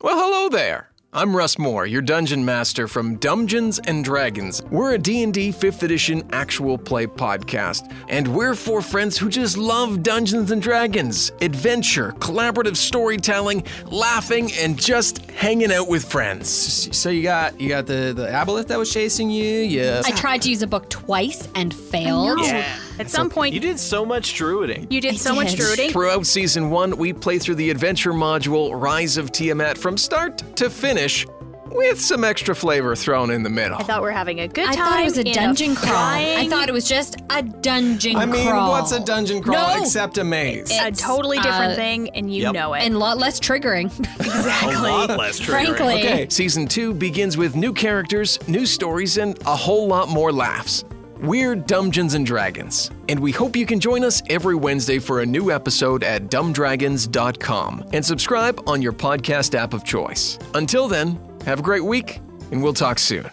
Well, hello there. I'm Russ Moore, your dungeon master from Dungeons and Dragons. We're a D&D 5th edition actual play podcast, and we're four friends who just love Dungeons and Dragons, adventure, collaborative storytelling, laughing and just hanging out with friends. So you got you got the the aboleth that was chasing you. Yeah. I tried to use a book twice and failed. Oh, At some point, You you did so much druiding. did, so much did. druiding. Throughout season 1, we play through the adventure module Rise of Tiamat from start to finish with some extra flavor thrown in the middle. I thought we are having a good I time. thought it was a in dungeon crawl. I frying- thought it was just a dungeon I mean, crawl. what's a dungeon crawl No. except a maze? It- a totally different uh, thing, and you Yep. know it. And a lot less triggering, A lot less triggering. frankly. Okay. Season 2 begins with new characters, new stories, and a whole lot more laughs. We're Dungeons and Dragons, and we hope you can join us every Wednesday for a new episode at dumbdragons.com and subscribe on your podcast app of choice. Until then, have a great week, and we'll talk soon.